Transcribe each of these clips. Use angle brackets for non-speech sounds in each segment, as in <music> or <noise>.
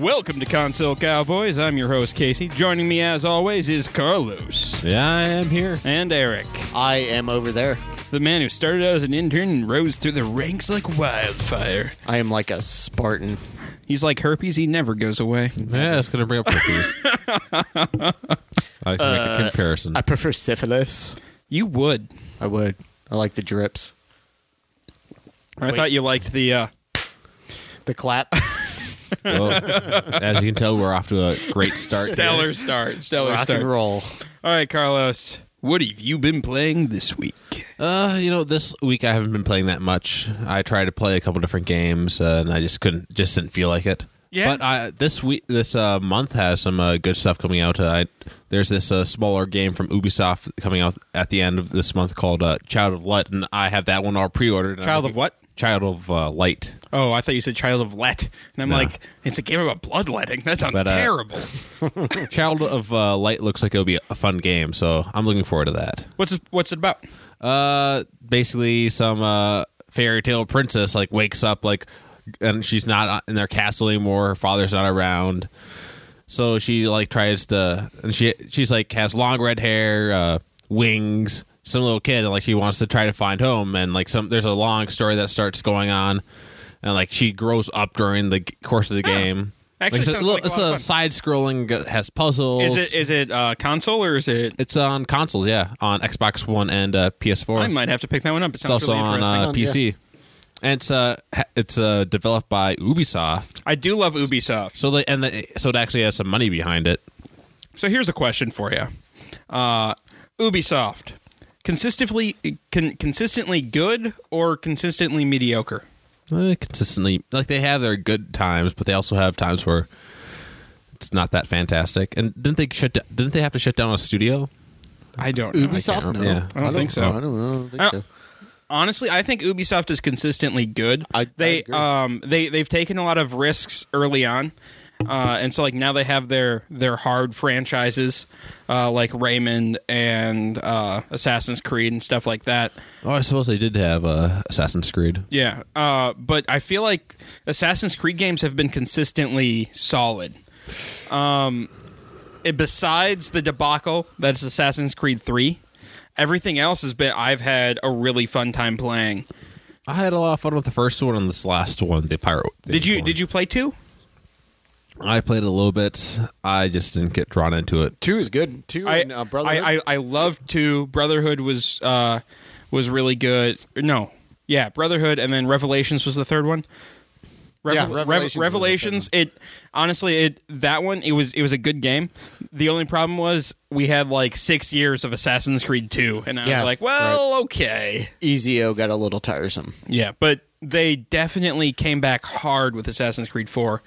Welcome to Console Cowboys. I'm your host, Casey. Joining me, as always, is Carlos Yeah, I am here. and Eric, I am over there. the man who started out as an intern and rose through the ranks like wildfire. I am like a Spartan. He's like herpes, he never goes away. Yeah, it's gonna bring up cookies. <laughs> I can make a Uh, comparison. I prefer syphilis. You would. I would. I like the drips. I thought you liked the. Uh, The <laughs> clap. <laughs> Well, as you can tell, we're off to a great start. here. Stellar start. Stellar rock start. and roll. All right, Carlos. What have you been playing this week? Uh, you know, this week I haven't been playing that much. I tried to play a couple different games, uh, and I just couldn't, just didn't feel like it. Yeah. But I, this week, this uh, month has some uh, good stuff coming out. Uh, I, there's this uh, smaller game from Ubisoft coming out at the end of this month called uh, Child of Light, and I have that one all pre-ordered. and I'm Child of looking- what? Child of uh, Light. Oh, I thought you said Child of Let. And I'm No. like, it's a game about bloodletting. That sounds But, uh, terrible. Child of uh, Light looks like it'll be a fun game, so I'm looking forward to that. What's what's it about? Uh, basically, some uh, fairy tale princess like wakes up like, and she's not in their castle anymore. Her father's not around, so she like tries to, and she she's like has long red hair, uh, wings, some little kid, and like she wants to try to find home. And like some, there's a long story that starts going on, and like she grows up during the g- course of the game. Actually it's a, sounds little- like a it's lot of a fun. side-scrolling g- has puzzles. Is it is it uh, console or is it? It's on consoles, yeah, on Xbox One and uh, PS4. I might have to pick that one up. It it's sounds also really interesting. on uh, PC, and it's uh, ha- it's uh, developed by Ubisoft. I do love Ubisoft. So they and the, so it actually has some money behind it. So here's a question for you: uh, Ubisoft consistently con- consistently good or consistently mediocre? Uh, consistently, like they have their good times, but they also have times where it's not that fantastic. And didn't they shut? d- Didn't they have to shut down a studio? I don't. know. Ubisoft? No. remember. Yeah. I don't think so. I don't know. I don't think I so. don't- honestly, I think Ubisoft is consistently good. I- I they agree. um they they've taken a lot of risks early on. Uh, and so, like now, they have their their hard franchises, uh, like Raymond and uh, Assassin's Creed and stuff like that. Oh, I suppose they did have uh, Assassin's Creed. Yeah, uh, but I feel like Assassin's Creed games have been consistently solid. Um, it- besides the debacle that is Assassin's Creed Three, everything else has been I've had a really fun time playing. I had a lot of fun with the first one and this last one, the pirate. Did you did you play two? I played a little bit. I just didn't get drawn into it. Two is good. Two I, and uh, Brotherhood. I, I I loved two. Brotherhood was uh was really good. No, yeah, Brotherhood, and then Revelations was the third one. Revel- Yeah, Rev- Revelations was the third Revelations, It honestly, it that one it was it was a good game. The only problem was we had like six years of Assassin's Creed two, and I Yeah, was like, well, okay, EZO got a little tiresome. yeah, but they definitely came back hard with Assassin's Creed 4.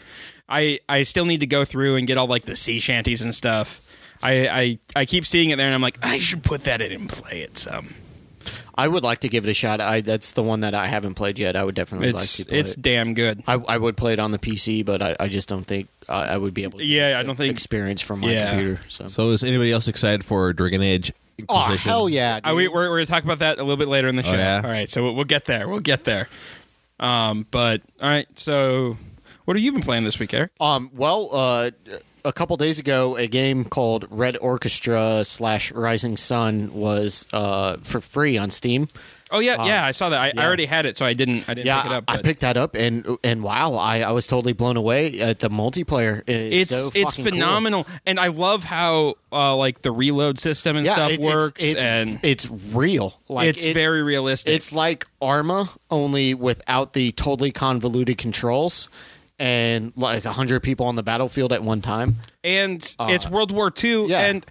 I I still need to go through and get all like the sea shanties and stuff. I I, I keep seeing it there and I'm like, I should put that in and play it some. I would like to give it a shot. I that's the one that I haven't played yet. I would definitely like It's to play it's it. damn good. I, I would play it on the PC, but I, I just don't think I, I would be able. to Yeah, I don't think- experience from my Yeah. computer. So, So is anybody else excited for Dragon Age? oh Inquisition? hell yeah! I, Uh, we, dude. we're we're gonna talk about that a little bit later in Oh, the show. yeah? All right, so we'll, we'll get there. We'll get there. Um, but all right, so what have you been playing this week, Eric? Um, well, uh, a couple days ago, a game called Red Orchestra slash Rising Sun was uh, for free on Steam. Oh yeah, yeah, I saw that. I, I Uh, yeah. already had it, so I didn't I didn't Yeah, pick it up. I but- picked that up and and wow, I, I was totally blown away at the multiplayer. Is it's so it's fucking cool. phenomenal, and I love how uh, like the reload system and Yeah, stuff it- it's- works, it's, and it's real. Like it's it- very realistic. It's like Arma, only without the totally convoluted controls and like hundred people on the battlefield at one time. and it's World War II, uh, yeah. and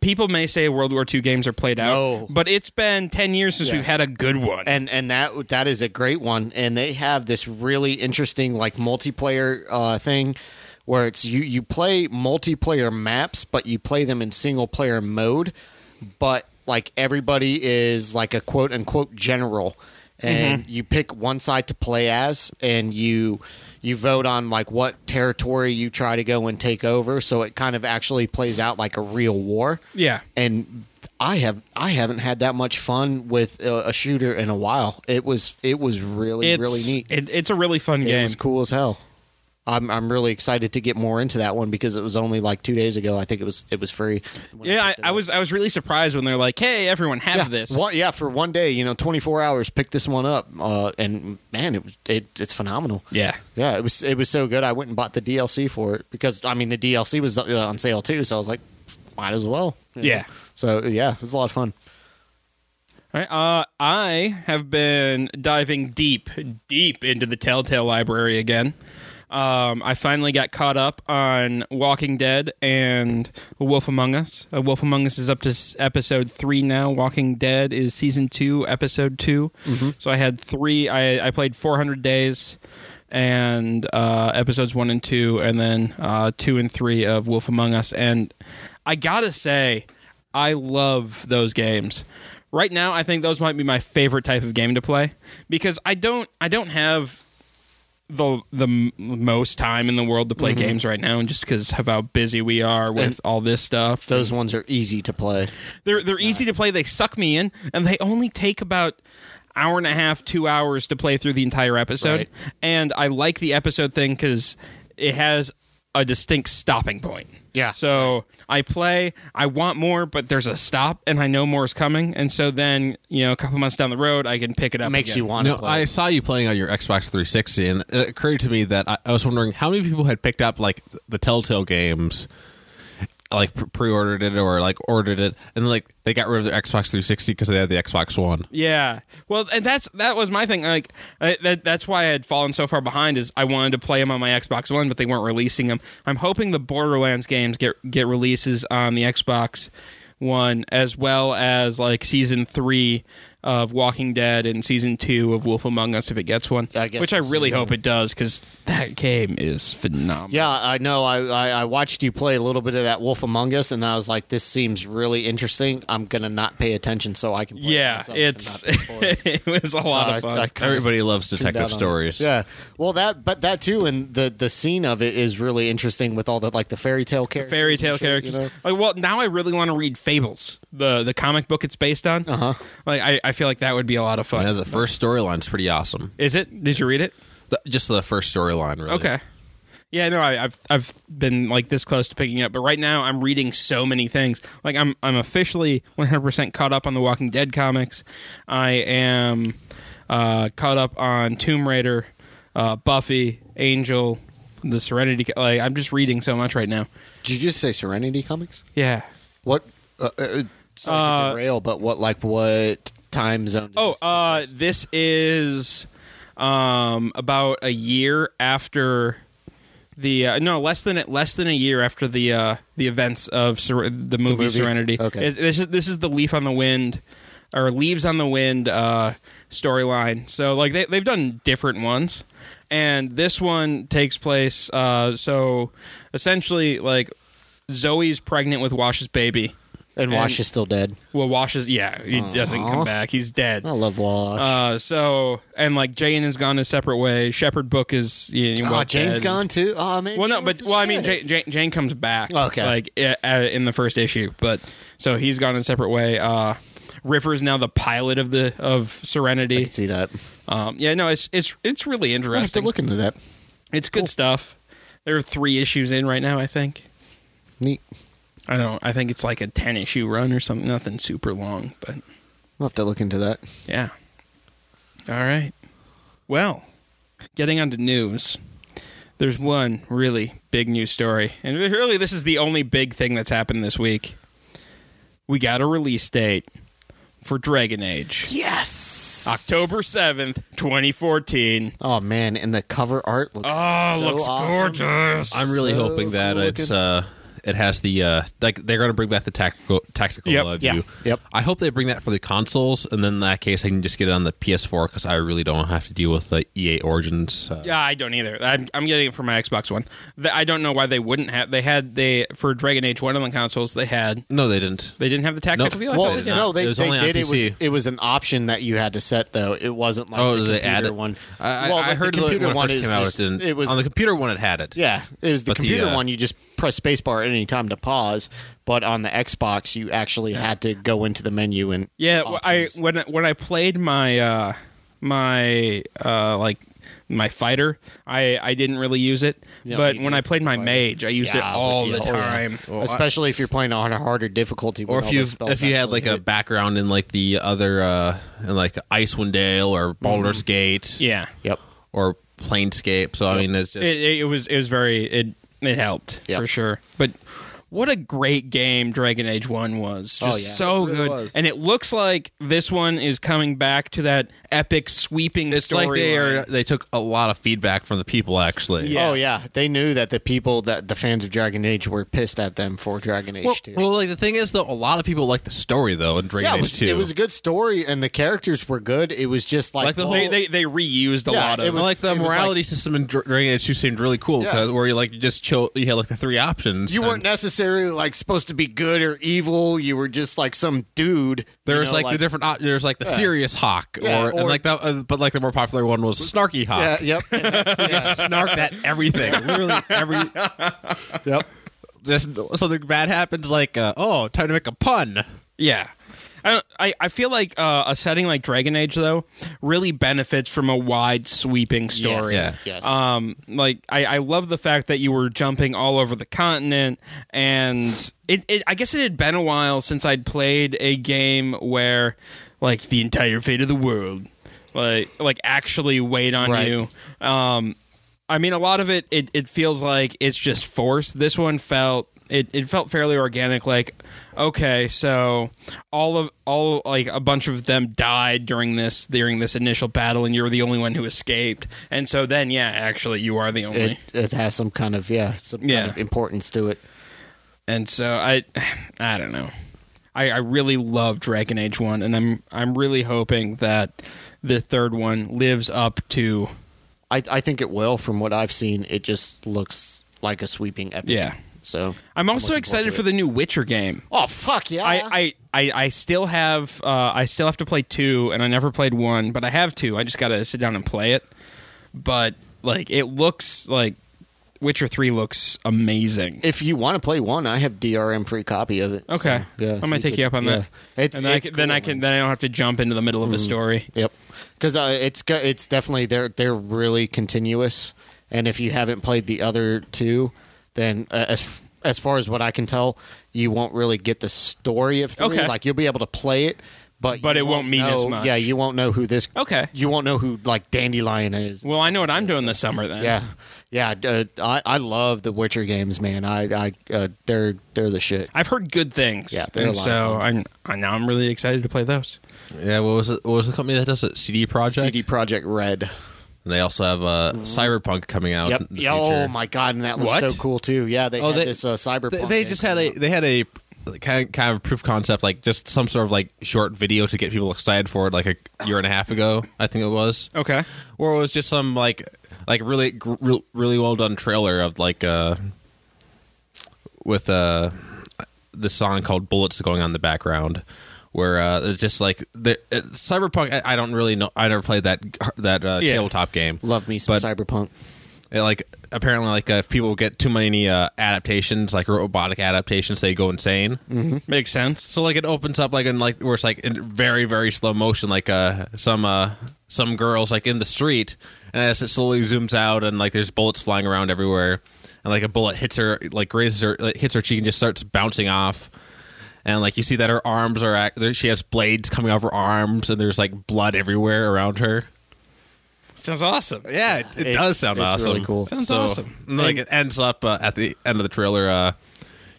people may say World War II games are played out, No. but it's been ten years since Yeah. we've had a good one. and and that that is a great one and they have this really interesting like multiplayer uh, thing where it's you you play multiplayer maps but you play them in single player mode but like everybody is like a quote unquote general and you pick one side to play as and you you vote on like what territory you try to go and take over so it kind of actually plays out like a real war yeah, and I have I haven't had that much fun with a, a shooter in a while. It was it was really it's really neat. It, it's a really fun It game. was cool as hell. I'm I'm really excited to get more into that one because it was only like two days ago. I think it was it was free. when Yeah, picked it I, I up. was I was really surprised when they're like, "Hey, everyone, have yeah, this." One, yeah, for one day, you know, 24 hours, pick this one up, uh, and man, it, was- it it's phenomenal. Yeah, Yeah, it was it was so good. I went and bought the DLC for it because I mean the DLC was uh, on sale too, so I was like, might as well. you know. Yeah. So yeah, it was a lot of fun. All right. Uh, I have been diving deep, deep into the Telltale library again. Um, I finally got caught up on Walking Dead and A Wolf Among Us. A Wolf Among Us is up to s- episode three now. Walking Dead is season two, episode 2 So I had three. I, I played 400 days and uh, episodes one and two, and then uh, two and three of Wolf Among Us. And I gotta say, I love those games. Right now, I think those might be my favorite type of game to play because I don't I don't have the the m- most time in the world to Mm-hmm. play games right now, and just because of how busy we are with all this stuff. Those ones are easy to play. They're they're easy to play. They suck me in, and they only take about hour and a half, two hours to play through the entire episode. Right. And I like the episode thing because it has a distinct stopping point. Yeah. So I play. I want more, but there's a stop, and I know more is coming. And so then you know, a couple months down the road, I can pick it up. Makes again. you want to No, play. I saw you playing on your Xbox 360, and it occurred to me that I, I was wondering how many people had picked up like the Telltale games, like pre- pre-ordered it or like ordered it, and like they got rid of their Xbox 360 because they had the Xbox One. Yeah. Well, and that's that was my thing. Like I, that, that's why I had fallen so far behind is I wanted to play them on my Xbox One, but they weren't releasing them. I'm hoping the Borderlands games get get releases on the Xbox One as well as like season 3 of Walking Dead and season 2 of Wolf Among Us if it gets one, I guess which I we'll see really then. hope it does cuz that game is phenomenal. yeah, I know. I, I I watched you play a little bit of that Wolf Among Us, and I was like, this seems really interesting. I'm gonna not pay attention so I can. Play it Yeah, myself and it's not be spoiled. <laughs> it was a lot of So I- fun. I kinda Everybody loves tuned detective out on it. stories. um, Yeah, well, that but that too, and the the scene of it is really interesting with all the like the fairy tale characters, fairy and tale shit, you characters. know? Like, well, now I really want to read Fables, the the comic book it's based on. Uh-huh. Uh huh. Like, I, I feel like that would be a lot of fun. Yeah, the first storyline's pretty awesome. Is it? Did you read it? The- just the first storyline, really. Okay. Yeah, no, I, I've I've been like this close to picking up, but right now I'm reading so many things. Like I'm I'm officially 100 percent caught up on the Walking Dead comics. I am uh, caught up on Tomb Raider, uh, Buffy, Angel, the Serenity. co- Like I'm just reading so much right now. Did you just say Serenity Comics? Yeah. What? Uh, uh, sorry to derail, but what like what time zone? Does Oh, this take uh, place? this is um, about a year after the uh, no less than less than a year after the uh, the events of Ser- the, movie movie? Serenity. Okay. It- this is this is the Leaf on the Wind or Leaves on the Wind uh, storyline. So like they they've done different ones, and this one takes place. Uh, so essentially, like Zoe's pregnant with Wash's baby. and Wash is still dead. Well, Wash is yeah, he doesn't come back. He's dead. I love Wash. Uh, so and like Jane has gone a separate way. Shepherd book is you know, oh, well, Jane's dead. gone too. Oh man. Well, no, Jane but was the well, I mean, Jane, shit. Jane, Jane comes back. Okay. like i- uh, in the first issue, but so he's gone a separate way. Uh, River's now the pilot of the of I Serenity. can see that. Um, yeah, no, it's it's it's really I have to interesting. look into that. it's good stuff. There are three issues in right now. I think. Neat. I don't. I think it's like a ten issue run or something. Nothing super long, but I'll have to look into that. Yeah. All right. Well, getting on to news. There's one really big news story. And really, this is the only big thing that's happened this week. We got a release date for Dragon Age. Yes. October 7th, 2014. Oh man, and the cover art looks. Oh, so looks awesome. gorgeous. I'm really So hoping that cool it's looking. uh, it has the uh, like they're going to bring back the tactical tactical Yep. uh, Yeah. view. Yep. I hope they bring that for the consoles, and then in that case, I can just get it on the PS4 because I really don't have to deal with the EA Origins. Uh, Yeah, I don't either. I'm, I'm getting it for my Xbox One. The- I don't know why they wouldn't have. They had they for Dragon Age one on the consoles. They had No, they didn't. they didn't have the tactical view. I thought Well, they did. no, they, It was they only on did. It was PC. it was an option that you had to set though. It wasn't like Oh, the they computer added one. I, well, I, I the heard computer the, when it one first is came out, just- it didn't. it was on the computer one, it had it. yeah, it was the But the, computer uh, one. You just press spacebar at any time to pause, but on the Xbox you actually had to go into the menu and Yeah, well, I options. when when I played my uh my uh like my fighter, I I didn't really use it. Yeah, but you when do I played my mage, I used it Yeah, all yeah, the oh, yeah. time. Especially if you're playing on a harder difficulty, or when if all you those spells if you had actually like a hit. background in like the other uh in like Icewind Dale or Mm-hmm. Baldur's Gate Yeah, yep, or Planescape so I mean it's just it, it, it was it was very it it helped Yeah. for sure. But what a great game Dragon Age One was, just Oh, yeah. so It really good. was. And it looks like this one is coming back to that epic sweeping it's story. like they are they took a lot of feedback from the people actually Yeah. Oh yeah, they knew that the people that the fans of Dragon Age were pissed at them for Dragon Age well, Two. well, like the thing is though a lot of people like the story though in Dragon yeah, it Age was, 2 it was a good story, and the characters were good. It was just like, oh, Like the They, whole- they they reused a Yeah, lot of it was- like the it was morality system in Dra- Dragon Age 2 seemed really cool Yeah. because where you like you just cho- you had like the three options you and weren't necessarily like supposed to be good or evil. You were just like some dude. There you was know, like, the different. Op- there's like the serious hawk, Yeah, or, and or- like the uh, but like the more popular one was snarky Yeah, hawk. yep, and <laughs> that's- <laughs> yeah, Snarked at everything, literally <laughs> every. yep. This, something bad happened, like uh, oh, time to make a pun. Yeah. I, don't- I, I feel like uh, a setting like Dragon Age though really benefits from a wide sweeping story. Yes, Yeah. yes. Um, like I, I love the fact that you were jumping all over the continent, and it, it I guess it had been a while since I'd played a game where like the entire fate of the world like like actually weighed on Right. you. Um, I mean, a lot of it, it, it feels like it's just forced. This one felt it, it felt fairly organic. Like, okay, so all of all like a bunch of them died during this during this initial battle, and you're the only one who escaped. And so then, yeah, actually, you are the only. It, it has some kind of yeah, some Yeah. kind of importance to it. and so I, I don't know. I, I really love Dragon Age One, and I'm I'm really hoping that the third one lives up to I I think it will. From what I've seen, it just looks like a sweeping epic. yeah. So I'm also looking forward excited to for it. the new Witcher game. Oh fuck yeah! I, I, I, I still have uh, I still have to play two, and I never played one, but I have two. I just got to sit down and play it. But like, it looks like Witcher Three looks amazing. if you want to play one, I have DRM free copy of it. so, okay, yeah, I'm gonna take could- you up on yeah. that. It's, and then, it's I can, then cool, I can man. then I don't have to jump into the middle Hmm. of a story. Yep, because uh, it's go- it's definitely they're they're really continuous, and if you haven't played the other two, then uh, as as far as what I can tell, you won't really get the story of three. Okay. Like you'll be able to play it, but But you it won't mean as know- much. Yeah, you won't know who this. Okay. you won't know who like Dandelion is. Well, I know what I'm doing this summer then. Yeah, yeah. Uh, I I love the Witcher games, man. I I uh, they're they're the shit. I've heard good things. Yeah, they're and a lot of so fun. I'm I, now I'm really excited to play those. Yeah, what was it, what was the company that does it? CD Projekt. CD Project Red. And they also have uh, Cyberpunk coming out. Mm-hmm. Yep. In the Yeah, oh future. my god, and that looks What? so cool too. Yeah, they Oh, had they- this uh, cyberpunk. They, they game just had a coming out. they had a kind of, kind of proof concept, like just some sort of like short video to get people excited for it, like a year and a half ago, I think it was. Okay. or it was just some like like really gr- real- really well done trailer of like uh with uh the song called bullets going on in the background where uh it's just like the it, cyberpunk I, I don't really know i never played that that uh, Yeah. tabletop game Love me some but- cyberpunk. it, like apparently like uh, if people get too many uh, adaptations like robotic adaptations they go insane Makes sense. so like it opens up like in like where it's like in very very slow motion like uh some uh some girls like in the street and as it slowly zooms out and like there's bullets flying around everywhere and like a bullet hits her like grazes her like, hits her cheek and just starts bouncing off and like you see that her arms are act- there, she has blades coming off her arms and there's like blood everywhere around her Sounds awesome. yeah it, it It's- does sound it's awesome really cool. Sounds awesome. and, like it ends up uh, at the end of the trailer. Uh,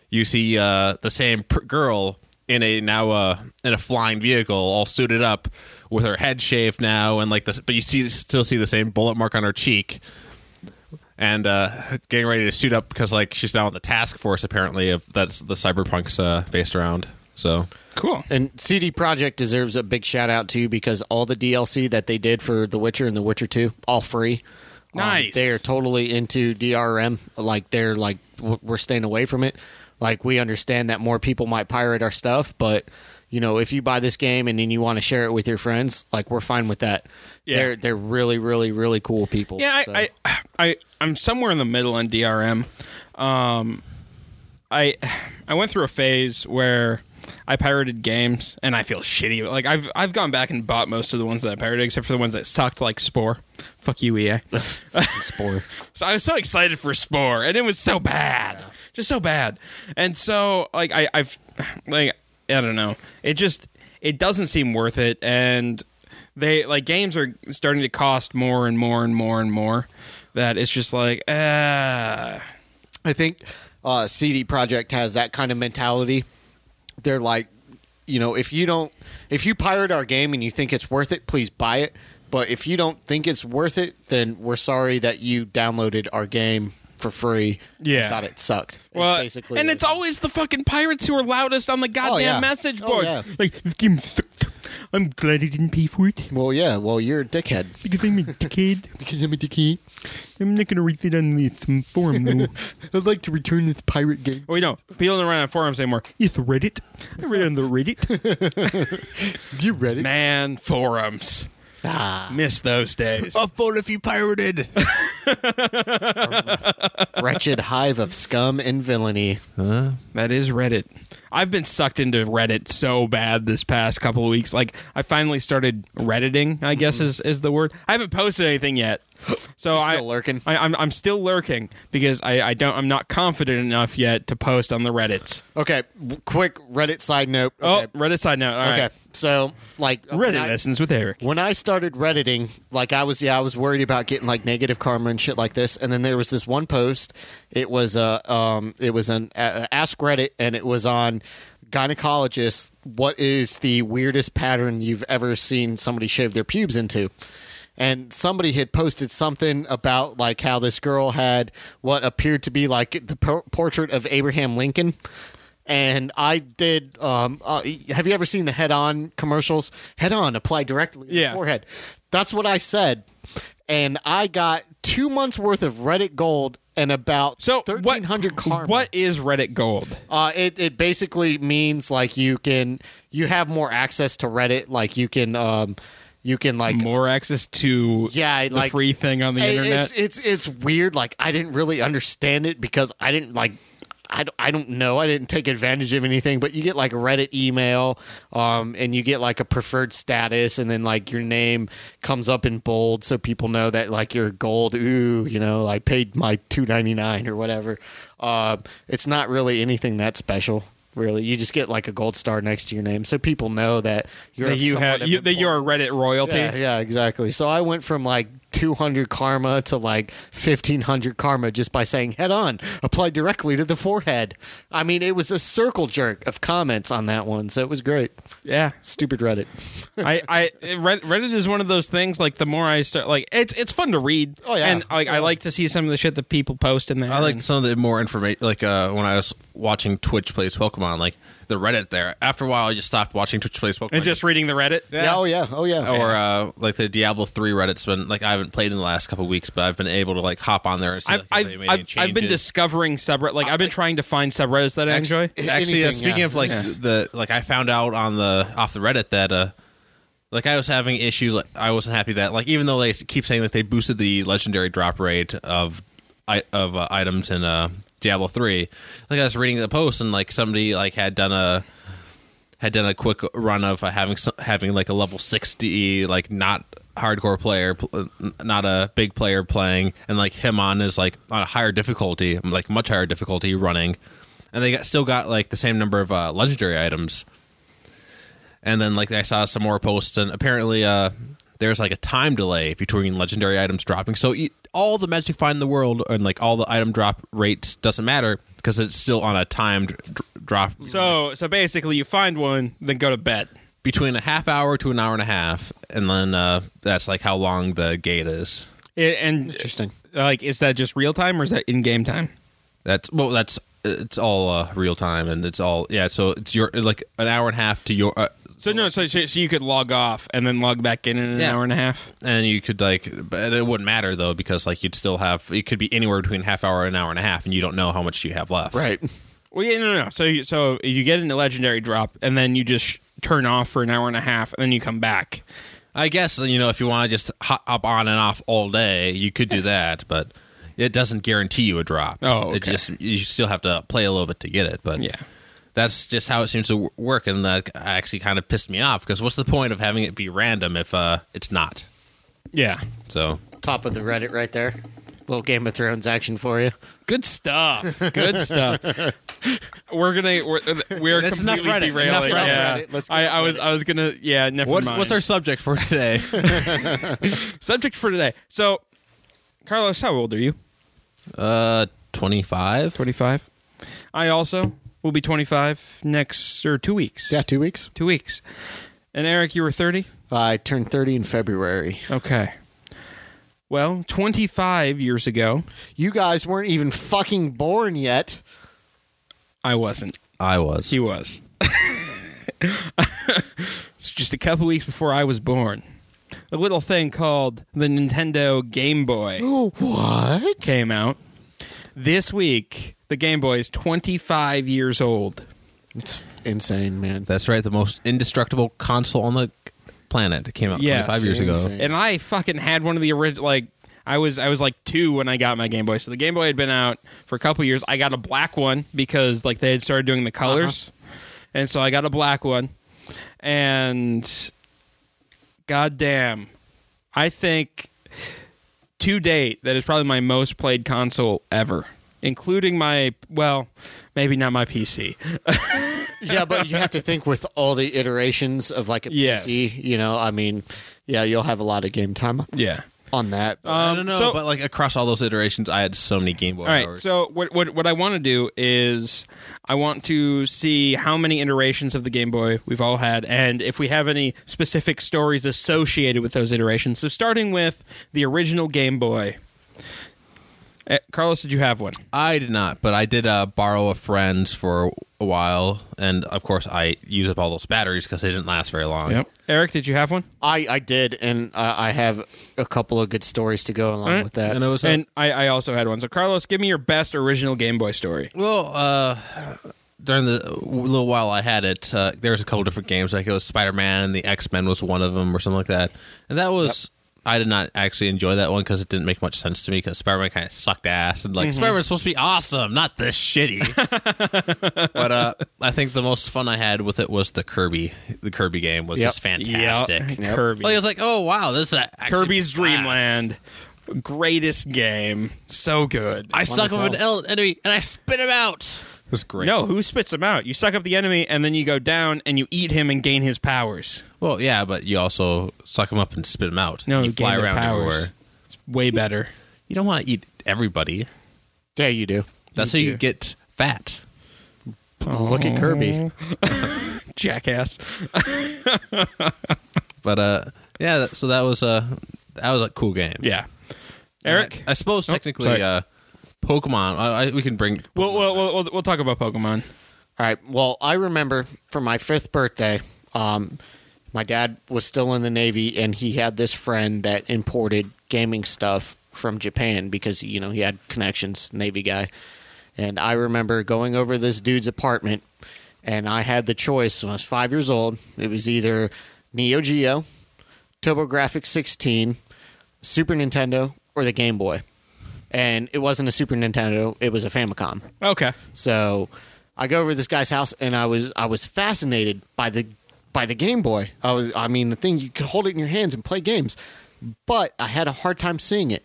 you see uh, the same pr- girl in a now uh, in a flying vehicle, all suited up with her head shaved now, and like this, but you see still see the same bullet mark on her cheek. And uh, getting ready to suit up because like she's now on the task force apparently of that's the cyberpunk's uh, based around. So Cool. And CD Project deserves a big shout out too because all the DLC that they did for The Witcher and The Witcher Two, all free. Um, Nice. they are totally into DRM. Like they're like w- we're staying away from it. Like we understand that more people might pirate our stuff, but you know if you buy this game and then you want to share it with your friends, like we're fine with that. Yeah. They're they're really really really cool people. Yeah, I, so. I, I, I'm somewhere in the middle on DRM. Um, I, I went through a phase where I pirated games and I feel shitty. Like I've I've gone back and bought most of the ones that I pirated, except for the ones that sucked, like Spore. Fuck you, E EA. <laughs> Spore. So I was so excited for Spore, and it was so bad, just so bad. And so like I, I've like I don't know, it just it doesn't seem worth it. And they like games are starting to cost more and more and more and more. That it's just like ah. I think uh, CD Project has that kind of mentality. They're like, you know, if you don't, if you pirate our game and you think it's worth it, please buy it. But if you don't think it's worth it, then we're sorry that you downloaded our game for free. and Yeah. thought it sucked. It's Well, basically, and it's always the fucking pirates who are loudest on the goddamn yeah. message Oh, board. yeah. Like, this game sucked. I'm glad I didn't pay for it Well, yeah. Well, you're a dickhead because I'm a <laughs> dickhead. because I'm a dickhead. I'm not gonna read it on the th- forum though. I'd like to return this pirate game. well, you know, people don't run on forums anymore. It's Reddit. I read on the <laughs> Reddit. Do you read it? Man, forums. Ah, Miss those days. vote if you pirated. wretched hive of scum and villainy. That is Reddit. I've been sucked into Reddit so bad this past couple of weeks. Like I finally started redditing. I guess is, is the word. I haven't posted anything <gasps> yet, so You're I, still lurking. I, I'm I'm still lurking because I, I don't I'm not confident enough yet to post on the Reddits. Okay, w- quick Reddit side note. Oh, Okay. Reddit side note. All okay. right, So, like, Reddit I- lessons with Eric. when I started redditing, like I was, yeah, I was worried about getting like negative karma and shit like this. And then there was this one post. It was a, um, it was an uh, Ask Reddit, and it was on gynecologists. What is the weirdest pattern you've ever seen somebody shave their pubes into? And somebody had posted something about like how this girl had what appeared to be like the por- portrait of Abraham Lincoln and I did. Um, uh, have you ever seen the Head On commercials? Head On, apply directly to Yeah. the forehead. That's what I said, and I got two months worth of Reddit gold and about So what- thirteen hundred karma. What is Reddit Gold? Uh, it it basically means like you can you have more access to Reddit. Like you can um, you can like More access to Yeah, the like- free thing on the Hey, internet. It's it's it's weird. Like I didn't really understand it because I didn't like. I don't, I don't know. I didn't take advantage of anything, but you get like a Reddit email, um, and you get like a preferred status, and then like your name comes up in bold, so people know that like you're gold. Ooh, you know, I paid my two ninety nine or whatever. Uh, it's not really anything that special, really. You just get like a gold star next to your name, so people know that you're that of you somewhat have of you, that you are importance. Reddit royalty. Yeah, yeah, exactly. So I went from like 200 karma to like 1500 karma just by saying head on, apply directly to the forehead. I mean, it was a circle jerk of comments on that one, so it was great. yeah. Stupid Reddit. <laughs> I, I Red- Reddit is one of those things. Like the more I start, like it's it's fun to read. Oh, yeah. and like I like to see some of the shit that people post in there. I like and- some of the more information. Like uh, when I was watching Twitch plays Pokemon, like the Reddit there. After a while, I just stopped watching Twitch plays Pokemon. and just reading the Reddit. Yeah, oh, yeah. Oh, yeah. or uh, like the Diablo three Reddit's been like I haven't played in the last couple weeks, but I've been able to like hop on there and see I've like, if they I've, made any I've, I've been changes. discovering subreddit. Like I've been trying to find subreddits that I enjoy. Actually, uh, Anything, speaking yeah. of like the like, I found out on the off the Reddit that uh, like I was having issues. Like, I wasn't happy that like even though they keep saying that they boosted the legendary drop rate of i- of uh, items in uh, Diablo three, like I was reading the post and like somebody like had done a had done a quick run of uh, having some, having like a level 60 like not hardcore player pl- uh, not a big player playing and like him on is like on a higher difficulty like much higher difficulty running and they got, still got like the same number of uh, legendary items and then like i saw some more posts and apparently uh there's like a time delay between legendary items dropping so e- all the magic find in the world and like all the item drop rates doesn't matter because it's still on a timed dr- drop So so basically, you find one, then go to bed. between a half hour to an hour and a half, and then uh, that's like how long the gate is. It, and Interesting. like, is that just real time or is that in game time? That's well, that's it's all uh, real time, and it's all yeah. So it's your like an hour and a half to your, uh, So no, so, so so you could log off and then log back in in an Yeah. hour and a half. and you could like, but it wouldn't matter though because like you'd still have it could be anywhere between half hour and an hour and a half, and you don't know how much you have left. Right. Well, yeah, no, no. no. So, you, so you get into legendary drop, and then you just sh- turn off for an hour and a half, and then you come back. I guess you know if you want to just hop up on and off all day, you could do that, but it doesn't guarantee you a drop. Oh, it okay. just you still have to play a little bit to get it. But Yeah. that's just how it seems to w- work, and that actually kind of pissed me off because what's the point of having it be random if uh, it's not? Yeah. So Top of the Reddit right there. Little Game of Thrones action for you. Good stuff. <laughs> Good stuff. We're gonna we're, we're That's enough completely Reddit. derailing. Enough Reddit. yeah. Reddit. Let's go I, I was I was gonna yeah. Never what, mind. what's our subject for today? subject for today? So, Carlos, how old are you? <laughs> uh, twenty five. 25. I also will be 25 next or two weeks. two weeks. Two weeks. And Eric, you were 30? I turned 30 in February. Okay. Well, 25 years ago, You guys weren't even fucking born yet. I wasn't. I was. He was. <laughs> it's just a couple weeks before I was born. A little thing called the Nintendo Game Boy <gasps> What? came out. This week, the Game Boy is 25 years old. It's insane, man. That's right. The most indestructible console on the planet. It came out Yes. 25 years Insane. ago. and I fucking had one of the original. Like I was, I was like two when I got my Game Boy. So the Game Boy had been out for a couple years. I got a black one because like they had started doing the colors, and so I got a black one. And goddamn, I think to date that is probably my most played console ever. Including my, well, maybe not my PC. yeah, but you <laughs> have to think with all the iterations of like a Yes. PC, you know, I mean, yeah, you'll have a lot of game time Yeah. on that. Uh, I don't know, Um, so- but like across all those iterations, I had so many Game Boy All right. hours. So what what what I want to do is I want to see how many iterations of the Game Boy we've all had, and if we have any specific stories associated with those iterations. So starting with the original Game Boy. Eh, Carlos, did you have one? I did not, but I did uh, borrow a friend's for a while, and of course, I used up all those batteries because they didn't last very long. Eric, did you have one? I, I did, and I, I have a couple of good stories to go along right. with that. And it was and I, I also had one. So Carlos, give me your best original Game Boy story. Well, uh, during the little while I had it, uh, there was a couple different games. Like it was Spider Man and the X Men was one of them, or something like that. And that was I did not actually enjoy that one because it didn't make much sense to me because Spider Man kind of sucked ass and like Spider Man's supposed to be awesome, not this shitty. but uh, I think the most fun I had with it was the Kirby. The Kirby game was Yep. just fantastic. Yeah, Kirby. Like I was like, oh wow, this is a- actually Kirby's blast. Dreamland. Greatest game. So good. I suck as up an hell. el- enemy and I spit him out. It was great. No, who spits him out? You suck up the enemy, and then you go down and you eat him and gain his powers. Well, yeah, but you also suck them up and spit them out. No, you gain fly their around powers. everywhere. It's way better. You don't want to eat everybody. yeah, you do. That's how do. you get fat. Look at Kirby. Jackass. But uh, yeah. That, so that was a that was a cool game. Yeah. And Eric? Oh, I, I suppose technically, sorry. uh, Pokemon. I, I, we can bring. We'll, we'll, we'll, we'll, we'll talk about Pokemon. All right. Well, I remember for my fifth birthday, um, my dad was still in the Navy, and he had this friend that imported gaming stuff from Japan because you know he had connections, Navy guy. And I remember going over this dude's apartment, and I had the choice when I was five years old. It was either Neo Geo, TurboGrafx 16, Super Nintendo, or the Game Boy. And it wasn't a Super Nintendo; it was a Famicom. Okay. So I go over to this guy's house and I was I was fascinated by the by the Game Boy. I was I mean the thing you could hold it in your hands and play games. But I had a hard time seeing it.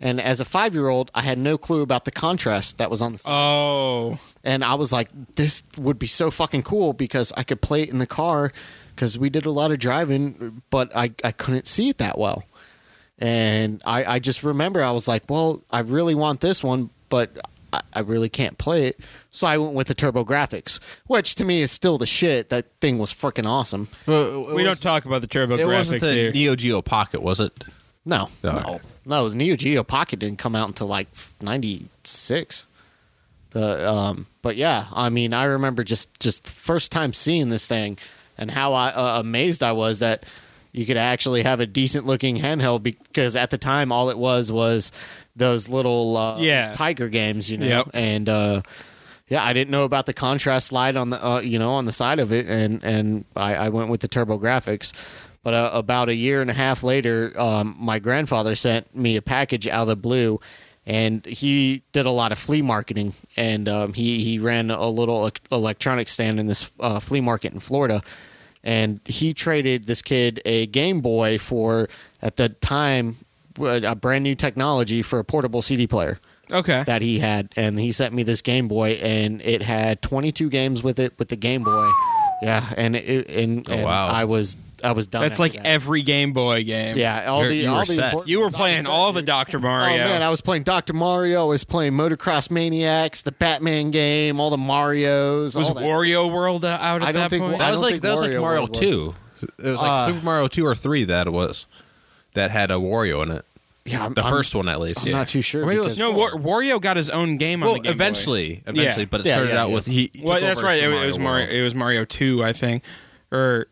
And as a 5-year-old, I had no clue about the contrast that was on the side. Oh. and I was like this would be so fucking cool because I could play it in the car cuz we did a lot of driving, but I I couldn't see it that well. And I, I just remember I was like, well, I really want this one, but I, I really can't play it. So I went with the Turbo Graphics, which to me is still the shit. That thing was freaking awesome. We don't talk about the turbo It graphics wasn't the here. Neo Geo Pocket, was it? No, No. no, no. The Neo Geo Pocket didn't come out until like '96. The um, but yeah, I mean, I remember just just the first time seeing this thing, and how I uh, amazed I was that you could actually have a decent looking handheld because at the time all it was was those little uh, Yeah. tiger games, you know, Yep. and uh, yeah, I didn't know about the contrast slide on the uh, you know on the side of it, and and I, I went with the Turbo Graphics. But uh, about a year and a half later, um, my grandfather sent me a package out of the blue, and he did a lot of flea marketing, and um, he he ran a little elec- electronic stand in this uh, flea market in Florida, and he traded this kid a Game Boy for at the time a a brand new technology for a portable CD player Okay. that he had, and he sent me this Game Boy, and it had 22 games with it with the Game Boy. Yeah, and it, and, and wow. I was I was done. Oh, That's after like that. every Game Boy game. yeah, all You're- the you all were the set. important You were ones I was playing set, all the dude. Dr. Oh Mario. man, I was playing Dr. Mario. I was playing Motocross Maniacs, the Batman game, all the Marios. was all that. Wario World uh, out at I don't that think point? I That was don't like think that was like Wario Mario World was. Two. It was like Uh, Super Mario Two or Three that it was that had a Wario in it. Yeah, I'm- the I'm- 1st one at least. I'm not too sure. Mario because- was no, War- Wario got his own game on Well, the Game Boy. eventually, eventually, Yeah. but it Yeah, started yeah, out yeah. with he. he Well, took that's over right. from It, it was World. Mario. It was Mario Two, I think, or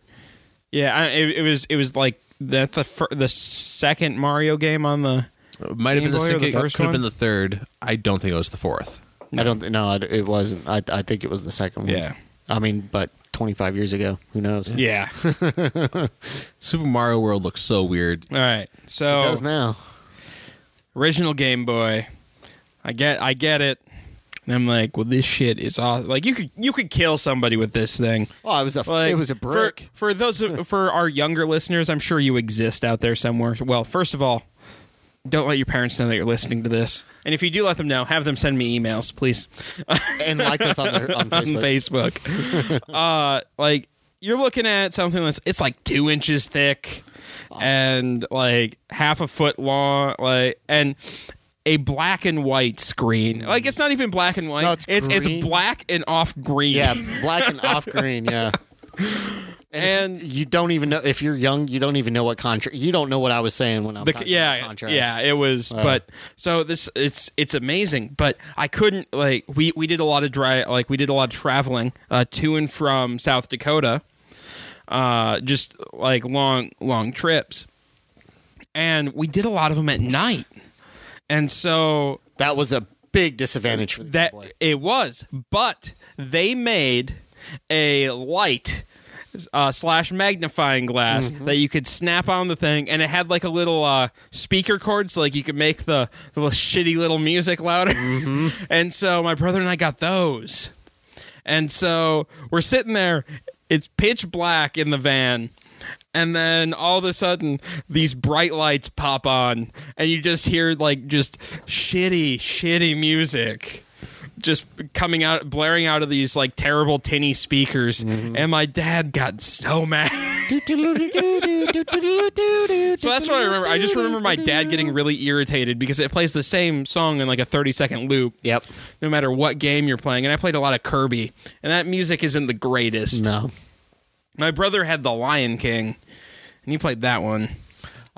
yeah, I, it, it was. It was like that the fir- the second Mario game on the. It might have Game been the Boy or the second. first could have one? been the third. I don't think it was the fourth. I don't. think No, it- it wasn't. I I think it was the second one. Yeah. I mean, but 25 years ago, who knows? Yeah. <laughs> All Super Mario World looks so weird. right. So It does now. original Game Boy. I get I get it. And I'm like, well, this shit is awesome. Like you could you could kill somebody with this thing. Oh, it was a Like it was a for- brick. For, those <laughs> of, for our younger listeners, I'm sure you exist out there somewhere. Well, first of all, don't let your parents know that you're listening to this. And if you do let them know, have them send me emails, please, and like us on, the, <laughs> on on Facebook. Facebook. <laughs> uh, like you're looking at something that's it's like two inches thick and like half a foot long, like and a black and white screen. Like it's not even black and white. No, it's it's, green. black and off green. <laughs> Yeah, black and off green. Yeah. And, if And- you, you don't even know if you're young. You don't even know what contrast. You don't know what I was saying when I'm the, talking about yeah, contrast. Uh. yeah, it was. but so this, it's it's amazing. But I couldn't like we we did a lot of dry like we did a lot of traveling uh, to and from South Dakota, uh, just like long long trips, and we did a lot of them at night, and so that was a big disadvantage for the that Game Boy. it was. But they made a light. Uh, slash magnifying glass that you could snap on the thing, and it had like a little uh, speaker cord, so like you could make the, the little shitty little music louder. <laughs> and so my brother and I got those, and so we're sitting there. It's pitch black in the van. And then all of a sudden, these bright lights pop on, and you just hear like just shitty, shitty music just coming out, blaring out of these like terrible tinny speakers. And my dad got so mad. so that's what I remember. I just remember my dad getting really irritated because it plays the same song in like a 30 second loop <laughs> Yep. no matter what game you're playing. And I played a lot of Kirby, and that music isn't the greatest. No. My brother had The Lion King, and he played that one.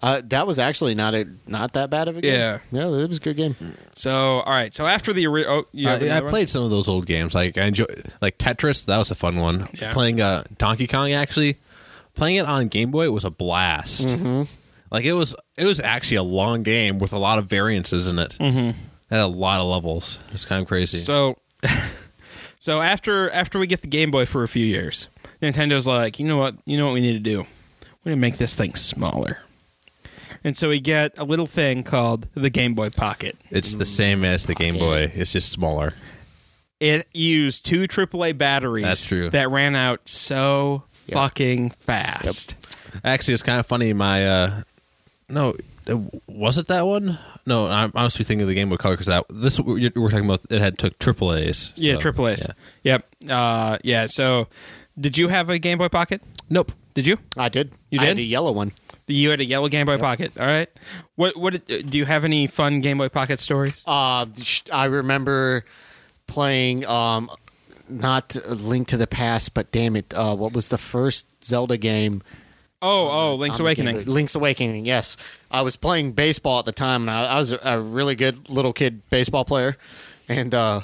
Uh, that was actually not a not that bad of a game. Yeah. No, it was a good game. So, all right. So after the ori- oh, you have I- Uh, I, another one? played some of those old games. Like I enjoy, like Tetris. That was a fun one. Yeah. Playing uh, Donkey Kong actually, playing it on Game Boy was a blast. Mm-hmm. Like it was, it was actually a long game with a lot of variances in it. Mm-hmm. Had a lot of levels. It's kind of crazy. So, <laughs> so after after we get the Game Boy for a few years, Nintendo's like, you know what, you know what we need to do? We need to make this thing smaller. And so we get a little thing called the Game Boy Pocket. it's the same as the Game Boy. It's just smaller. It used two AAA batteries. That's true. That ran out so Yep. fucking fast. Actually, it's kind of funny. My uh no, uh, was it that one? No, I, I must be thinking of the Game Boy Color because that this we're, we're talking about. It had took triple A's. yeah, so, triple A's. Yep. Uh, yeah. So, did you have a Game Boy Pocket? Nope. Did you? I did. You I had did? a yellow one. You had a yellow Game Boy Pocket. All right. What? What? did- Do you have any fun Game Boy Pocket stories? Uh, sh- I remember playing um, not Link to the Past, but damn it, uh, what was the first Zelda game? Oh, oh, Link's on the Game Awakening. Boy? Link's Awakening. Yes, I was playing baseball at the time, and I, I was a- a really good little kid baseball player, and. Uh,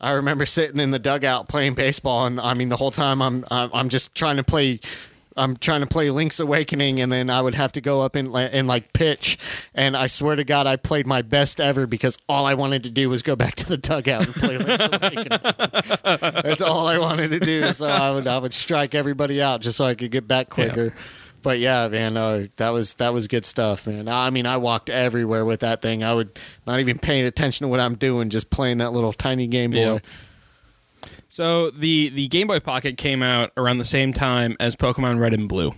I remember sitting in the dugout playing baseball, and I mean the whole time I'm I'm I'm just trying to play, I'm trying to play Link's Awakening, and then I would have to go up and li- and like pitch, and I swear to God I played my best ever because all I wanted to do was go back to the dugout and play Link's <laughs> Awakening. That's all I wanted to do. So I would I would strike everybody out just so I could get back quicker. But yeah, man, uh, that was that was good stuff, man. I mean, I walked everywhere with that thing. I would not even paying attention to what I'm doing, just playing that little tiny Game Boy. Yeah. So the the Game Boy Pocket came out around the same time as Pokemon Red and Blue.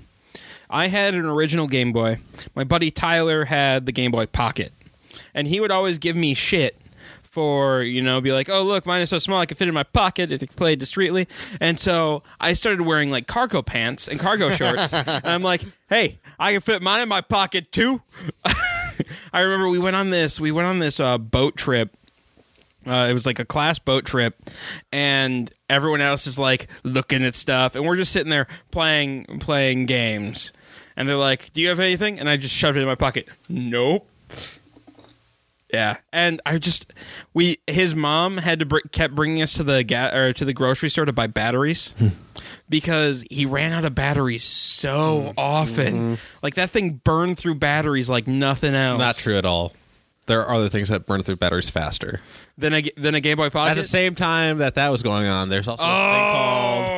I had an original Game Boy. My buddy Tyler had the Game Boy Pocket, and he would always give me shit for you know be like, oh look, mine is so small I could fit in my pocket if it played discreetly. And so I started wearing like cargo pants and cargo <laughs> shorts, and I'm like, hey, I can fit mine in my pocket too. <laughs> I remember we went on this we went on this uh, boat trip uh, it was like a class boat trip, and everyone else is like looking at stuff, and we're just sitting there playing playing games. And they're like, "Do you have anything?" And I just shoved it in my pocket. Nope. Yeah, and I just we his mom had to br- kept bringing us to the ga- or to the grocery store to buy batteries Hmm. <laughs> because he ran out of batteries so often. Like that thing burned through batteries like nothing else. Mm-hmm. Not true at all. There are other things that burn through batteries faster. Then a then a Game Boy Pocket. At the same time that that was going on, there's also Oh. a thing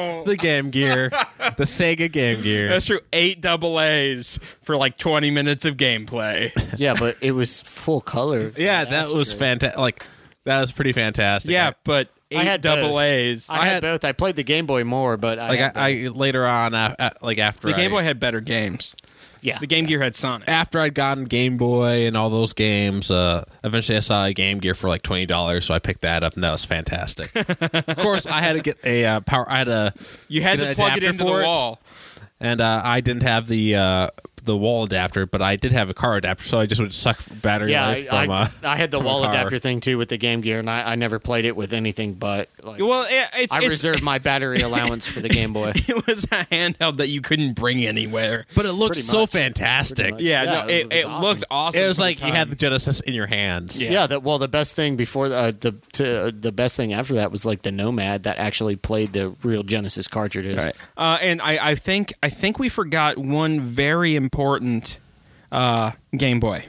called the Game Gear, the Sega Game Gear. That's true. Eight double A's for like 20 minutes of <laughs> gameplay. yeah, but it was full color. Yeah, that was fantastic. Like that was pretty fantastic. yeah, but eight I had double both. A's. I, had, both. I played the Game Boy more, but I I, like had I, I later on, uh, uh, like after the Game I- Boy had better games. yeah. The Game Gear had Sonic. after I'd gotten Game Boy and all those games, uh, eventually I saw a Game Gear for like twenty dollars, so I picked that up, and that was fantastic. of course, I had to get a uh, power. I had a You had get to an plug it into adapter the for wall. and uh, I didn't have the uh, the wall adapter, but I did have a car adapter, so I just would suck battery yeah, I, life from. I, uh, I had the from a wall car. adapter thing too with the Game Gear, and I, I never played it with anything but. Like, Well, yeah, it's, I it's- reserved <laughs> my battery allowance for the Game Boy. <laughs> it was a handheld that you couldn't bring anywhere. but it looked Pretty so much. fantastic. Pretty much. Yeah, Yeah, no, it it, was it awesome. looked awesome. It was for the like you time. had the Genesis in your hands. Yeah. that well, the best thing before the, uh, the to, the best thing after that was like the Nomad that actually played the real Genesis cartridges. Uh, and I, I think I think we forgot one very important uh, Game Boy.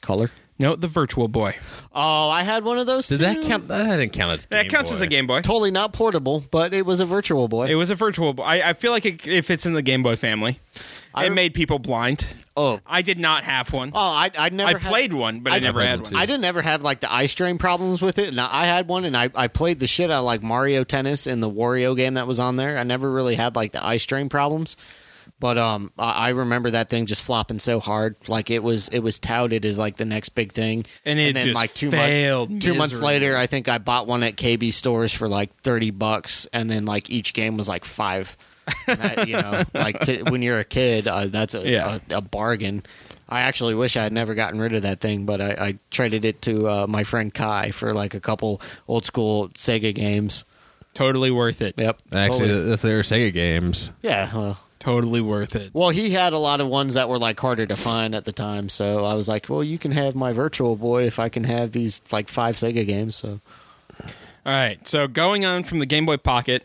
Color. No, the Virtual Boy. Oh, I had one of those. Did too. that count? That didn't count as That Game counts Boy. as a Game Boy. Totally not portable, but it was a Virtual Boy. <laughs> It was a virtual. Boy. I, I feel like it, it fits in the Game Boy family. I it rem- made people blind. oh, I did not have one. oh, I I never I had- played one, but I, I- never I've had had one. one, too. I- I didn't ever have like the eye strain problems with it, and I I had one, and I, I played the shit out of like Mario Tennis and the Wario game that was on there. I never really had like the eye strain problems, but um, I, I remember that thing just flopping so hard, like it was it was touted as like the next big thing, And it just month- failed two months miserably. later, I think I bought one at KB stores for like thirty bucks, and then like each game was like five. And that, you know, like to, when you're a kid, uh, that's a, Yeah. a, a bargain. I actually wish I had never gotten rid of that thing, but I, I traded it to uh, my friend Kai for like a couple old school Sega games. totally worth it. Yep, Actually, totally. if they were Sega games, yeah. Well, Totally worth it. well, he had a lot of ones that were like harder to find at the time, so I was like, "Well, you can have my Virtual Boy if I can have these like five Sega games." So All right. So going on from the Game Boy Pocket,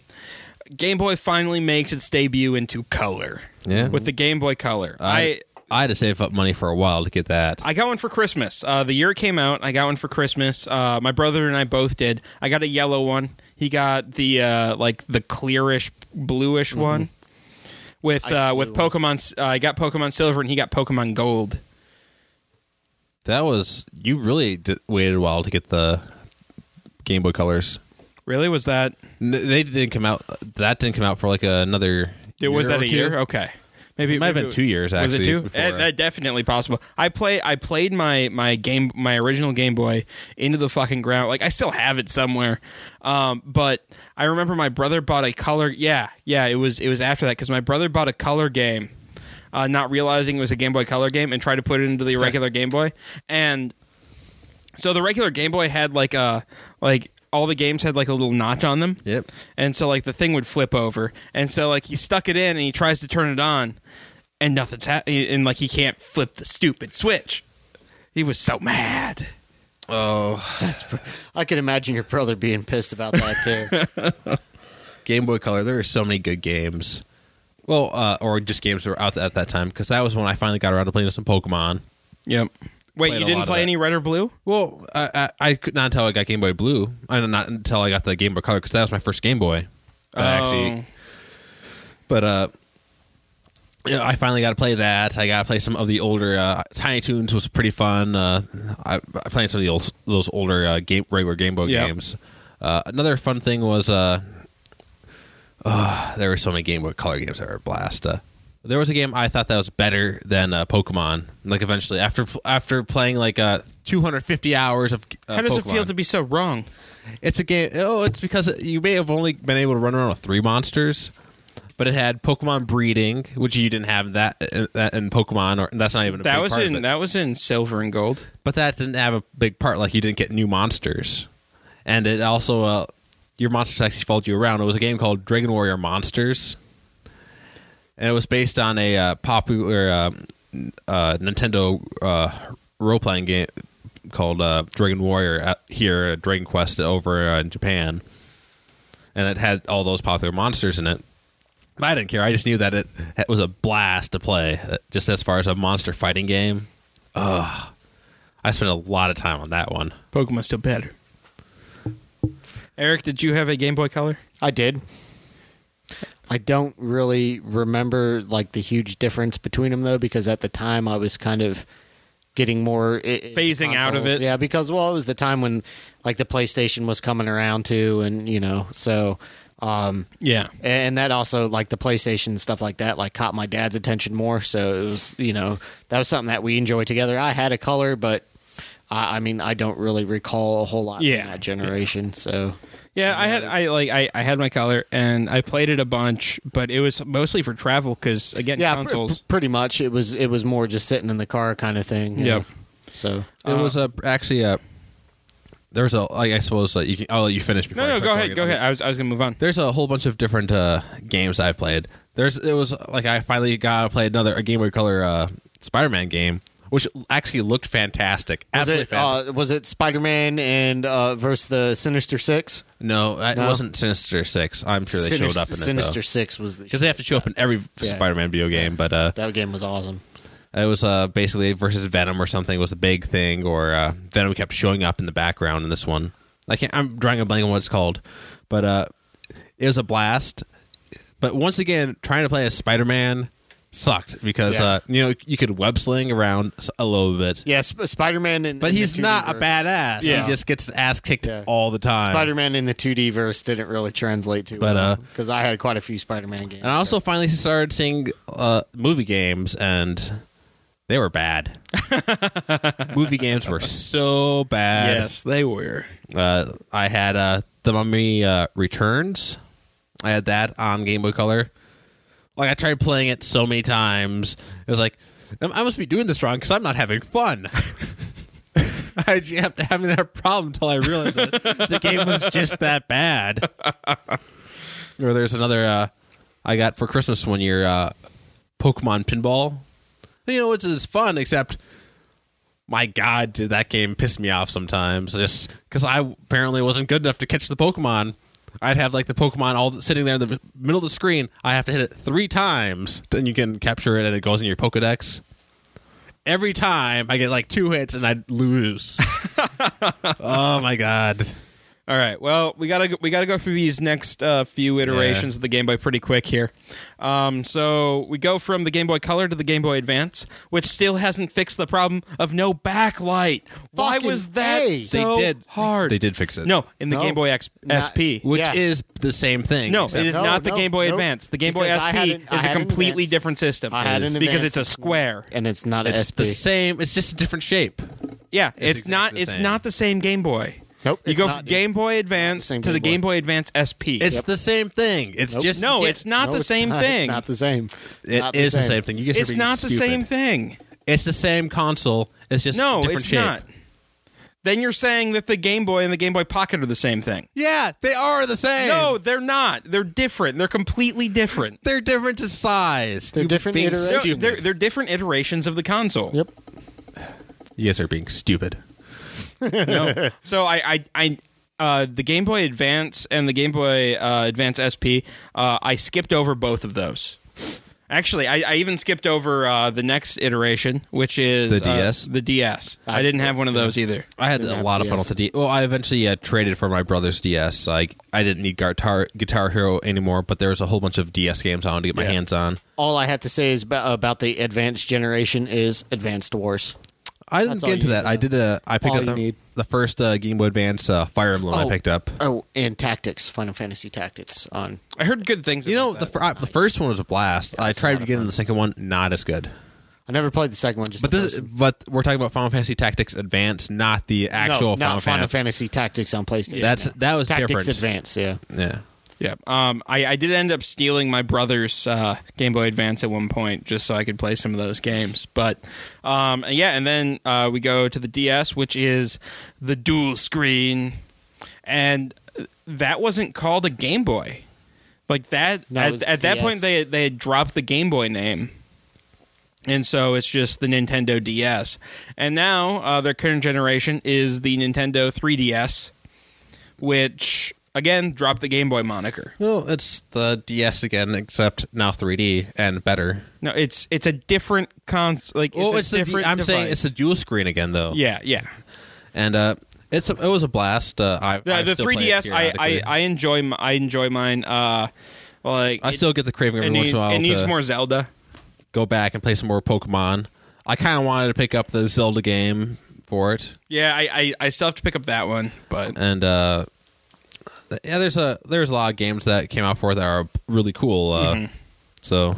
Game Boy finally makes its debut into color. Mm-hmm. Yeah. With the Game Boy Color, I, I had to save up money for a while to get that. I got one for Christmas. Uh, the year it came out, I got one for Christmas. Uh, my brother and I both did. I got a yellow one. He got the uh, like the clearish, bluish one with Mm-hmm. Ice uh, blue with one. Pokemon. Uh, I got Pokemon Silver, and he got Pokemon Gold. That was you really d- waited a while to get the Game Boy Colors. Really, was that? N- they didn't come out. That didn't come out for like another. It was year that or a two. year? Okay, maybe It might have maybe been two years. was Actually, it two? before- Eh, eh, definitely possible. I play. I played my my game my original Game Boy into the fucking ground. Like I still have it somewhere. Um, but I remember my brother bought a color. Yeah, yeah. It was it was after that because my brother bought a color game, uh, not realizing it was a Game Boy Color game, and tried to put it into the regular Game Boy. And so the regular Game Boy had like a like all the games had like a little notch on them. Yep. And so like the thing would flip over, and so like he stuck it in and he tries to turn it on, and nothing's happening, and like he can't flip the stupid switch. He was so mad. I can imagine your brother being pissed about that too. Game Boy Color. There were so many good games. Well, uh, or just games that were out at that time because that was when I finally got around to playing some Pokemon. Yep. Wait, Played you a lot didn't of play that. any red or blue? Well, I, I, I could not until I got Game Boy Blue. I know not until I got the Game Boy Color because that was my first Game Boy. that I Oh. actually, but uh, Yeah, I finally got to play that. I got to play some of the older uh, Tiny Toons was pretty fun. Uh, I, I played some of the old, those older uh, game regular Game Boy Yeah. games. Uh, another fun thing was uh, uh, there were so many Game Boy Color games that were a blast. Uh, there was a game I thought that was better than uh, Pokemon. Like eventually, after after playing like uh, 250 hours of uh, How does it Pokemon. feel to be so wrong? It's a game. Oh, it's because you may have only been able to run around with three monsters, but it had Pokemon breeding, which you didn't have that in, that in Pokemon, or that's not even a That big was part of in it. that was in silver and gold. But that didn't have a big part. Like you didn't get new monsters, and it also uh, your monsters actually followed you around. It was a game called Dragon Warrior Monsters, and it was based on a uh, popular uh, uh, Nintendo uh, role playing game called uh, Dragon Warrior out here, uh, Dragon Quest over uh, in Japan, and it had all those popular monsters in it. But I didn't care. I just knew that it, it was a blast to play, uh, just as far as a monster fighting game. I spent a lot of time on that one. Pokemon's still better. Eric, did you have a Game Boy Color? I did. I don't really remember like the huge difference between them though, because at the time I was kind of getting more i- into Phasing out of consoles. it. Yeah, because well, it was the time when like the PlayStation was coming around too, and you know, so um, Yeah. and that also like the PlayStation and stuff like that like caught my dad's attention more. So it was you know that was something that we enjoyed together. I had a color, but I, I mean I don't really recall a whole lot Yeah. from that generation. So Yeah, I had I like I, I had my color and I played it a bunch, but it was mostly for travel because again yeah, pr- consoles. pr- pretty much it was it was more just sitting in the car kind of thing. you Yeah. know? So It was a actually a there's a like I suppose like you can, I'll let you finish before. no, I no, start go going ahead, in. go ahead. I was I was gonna move on. There's a whole bunch of different uh, games I've played. There's it was like I finally got to play another a Game Boy Color uh, Spider-Man game, which actually looked fantastic. was Absolutely it fantastic. uh, was it Spider Man and uh, versus the Sinister Six? no, it no. wasn't Sinister Six. I'm sure they Sinister, showed up in Sinister it Six was the because they have to show up in every Spider-Man video game. But uh, that game was awesome. It was uh, basically versus Venom or something was the big thing, or uh, Venom kept showing up in the background in this one. I can't, I'm drawing a blank on what it's called, but uh, it was a blast. But once again, trying to play as Spider Man sucked because Yeah. uh, you know you could web sling around s- a little bit, Yeah, Sp- Spider Man and but he's not a badass. Yeah. He just gets his ass kicked Yeah. all the time. Spider Man in the 2D verse didn't really translate to, But, uh, because I had quite a few Spider Man games. and I also finally started seeing uh, movie games, and they were <laughs> bad. movie games were so bad. they were. Uh, I had uh, The Mummy uh, Returns. I had that on Game Boy Color. Like I tried playing it so many times, it was like "Um, I I must be doing this wrong because I'm not having fun. <laughs> I kept having that problem until I realized that the game was just that bad. <laughs> Or there's another uh, I got for Christmas one year, uh, Pokemon Pinball. You know, it's, it's fun except my god did that game piss me off sometimes just because i apparently wasn't good enough to catch the pokemon i'd have like the pokemon all sitting there in the middle of the screen i have to hit it three times then you can capture it and it goes in your pokedex every time i get like two hits and i <laughs> lose oh my god All right. Well, we gotta go- we gotta go through these next uh, few iterations of the Game Boy pretty quick here. Um, so we go from the Game Boy Color to the Game Boy Advance, which still hasn't fixed the problem of no backlight. Why Fucking was that A. so they did hard? they did fix it No, in the No. Game Boy X- Not- SP. which Yeah. is the same thing No, except- it is No, not the no, Game Boy nope. Advance. The Game Boy Because I had SP an- I is a had an completely Advance. different system. I had It is. an because it's Advance. a square. and it's not it's SP. the same it's just a different shape Yeah, It's it's, not. exactly the it's same. not the same Game Boy. Nope, You it's go not, from dude. Game Boy Advance same to the Game Boy. Game Boy Advance SP. it's the same thing it's just no, yeah, it's not No, the it's same not. It's thing. Not the same. It is Not the same thing. You guys are it's being not the stupid. same thing. It's the same console. It's just No, different it's shape. not. Then you're saying that the Game Boy and the Game Boy Pocket are the same thing. Yeah, they are the same. No, they're not. They're different. They're completely different. they're different to size. They're You're different being iterations. They're, stupid. they're, they're different iterations of the console. Yep. you guys are being stupid. <laughs> no. So I, I, I uh, the Game Boy Advance and the Game Boy uh, Advance SP, uh, I skipped over both of those. Actually, I, I even skipped over uh, the next iteration, which is The uh, DS? the DS. I, didn't have one of those either. I had Didn't a have lot of DS. fun with the DS. Well, I eventually uh, traded for my brother's DS. Like I didn't need Guitar Guitar Hero anymore, but there was a whole bunch of DS games I wanted to get my Yeah. hands on. All I have to say is ba- about the advanced generation is Advanced Wars. I didn't That's all get into you that. need. I did a. I picked All up you the, need. the first uh, Game Boy Advance uh, Fire Emblem. I Oh. picked up. Oh, and Tactics, Final Fantasy Tactics on I heard good things. You know, about the that. fir- uh, the first one was a blast. I tried to get into the second one, not as good. I never played the second one. Just But the this, first one. but we're talking about Final Fantasy Tactics Advance, not the actual no, Final, not Final Fantasy. Fantasy Tactics on PlayStation. That's that was Tactics different. Advance. Yeah, Yeah. yeah. Um, I, I did end up stealing my brother's uh, Game Boy Advance at one point just so I could play some of those games. But um, yeah, and then uh, we go to the DS, which is the dual screen, and that wasn't called a Game Boy. Like that No, it at, was at that DS. point they they had dropped the Game Boy name. And so it's just the Nintendo DS. And now uh, their current generation is the Nintendo 3DS, which again dropped the Game Boy moniker. Well, it's the DS again, except now 3D and better. No, it's it's a different cons like it's Well, a it's, the different I'm saying device. it's the dual screen again, though. Yeah, yeah. and uh, it's a, it was a blast. Uh, I The, I the still play it 3DS I, I periodically. I enjoy m- I enjoy mine uh like I it- still get the craving it every once needs, in a while it needs to more Zelda. go back and play some more Pokemon. I kind of wanted to pick up the Zelda game for it, Yeah, I, I, I still have to pick up that one, but and uh, yeah, there's a there's a lot of games that came out for it that are really cool. Uh, So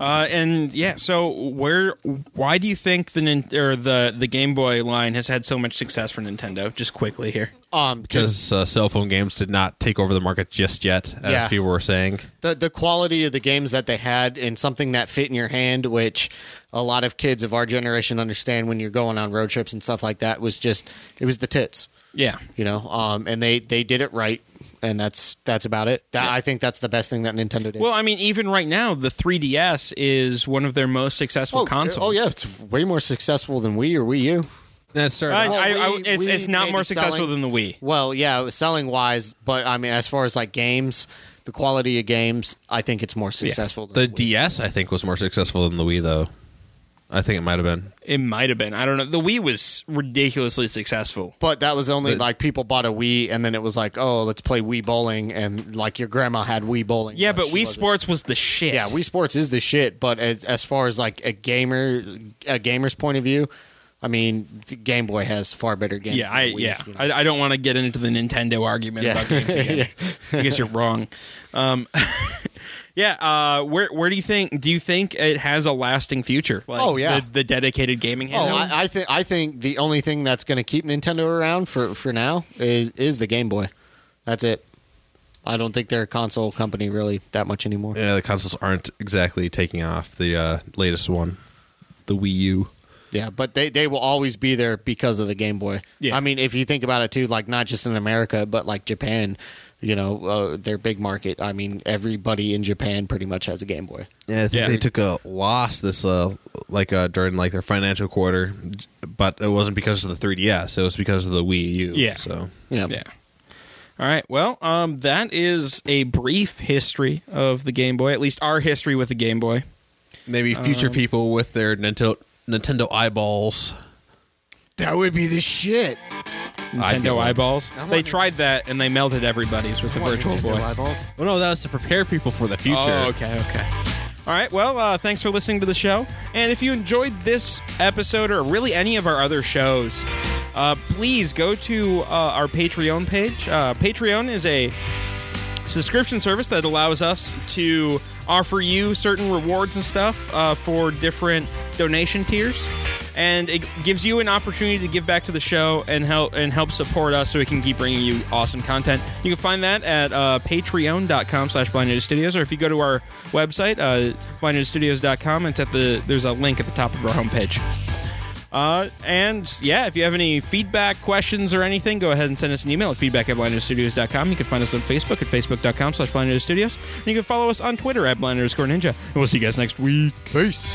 Uh, and yeah, so where? Why do you think the Nin- or the the Game Boy line has had so much success for Nintendo? Just quickly here. um, just because uh, cell phone games did not take over the market just yet, as Yeah. people were saying. the the quality of the games that they had and something that fit in your hand, which a lot of kids of our generation understand when you're going on road trips and stuff like that, was just it was the tits. Yeah, you know um and they they did it right and that's that's about it that, i think that's the best thing that nintendo did Well, I mean, even right now, the 3DS is one of their most successful oh, consoles. oh yeah it's way more successful than wii or wii u And it started Uh, I, out- Well, I, I, we- it's, we it's not Oh, may more be successful than selling- the Wii. well yeah it was selling wise but i mean as far as like games the quality of games i think it's more successful the than wii. DS, I think, was more successful than the Wii, though. I think it might have been. It might have been. I don't know. The Wii was ridiculously successful. but that was only But- like people bought a Wii, and then it was like, oh, let's play Wii bowling, and like your grandma had Wii bowling. Yeah, but she Wii wasn't- Sports was the shit. Yeah, Wii Sports is the shit, but as as far as like a gamer a gamer's point of view, I mean, the Game Boy has far better games. Yeah, than I, the Wii, yeah. you know. I, I don't want to get into the Nintendo argument Yeah. about <laughs> games again. I guess you're wrong. Um, <laughs> yeah. Uh, where where do you think? Do you think it has a lasting future? Like Oh, yeah. the, the dedicated gaming. oh, handheld? I, I think I think the only thing that's going to keep Nintendo around for for now is is the Game Boy. That's it. I don't think they're a console company really that much anymore. Yeah, the consoles aren't exactly taking off. The uh, latest one, the Wii U. Yeah, but they, they will always be there because of the Game Boy. Yeah. I mean, if you think about it too, like not just in America, but like Japan, you know, uh, their big market. I mean, everybody in Japan pretty much has a Game Boy. Yeah, I think Yeah. they took a loss this uh, like uh, during like their financial quarter, but it wasn't because of the 3DS. It was because of the Wii U. Yeah. So Yeah. yeah. All right. Well, um, that is a brief history of the Game Boy. At least our history with the Game Boy. maybe future people with their Nintendo Nintendo eyeballs. That would be the shit. I feel Nintendo like- eyeballs. I want They Nintendo- tried that and they melted everybody's with the Virtual Boy. Eyeballs. Well, Oh, no, that was to prepare people for the future. Oh, okay, okay. All right. Well, uh, thanks for listening to the show. And if you enjoyed this episode or really any of our other shows, uh, please go to uh, our Patreon page. Uh, Patreon is a subscription service that allows us to offer you certain rewards and stuff uh, for different donation tiers and it gives you an opportunity to give back to the show and help and help support us so we can keep bringing you awesome content you can find that at uh, patreon.com slash blind Ninja studios or if you go to our website uh, blindninjastudios.com it's at the there's a link at the top of our homepage uh, and yeah, if you have any feedback, questions, or anything, go ahead and send us an email at feedback at blindnerdstudios.com. You can find us on Facebook at facebook.com slash blindnerdstudios. And you can follow us on Twitter at blind underscore ninja. And we'll see you guys next week. Peace.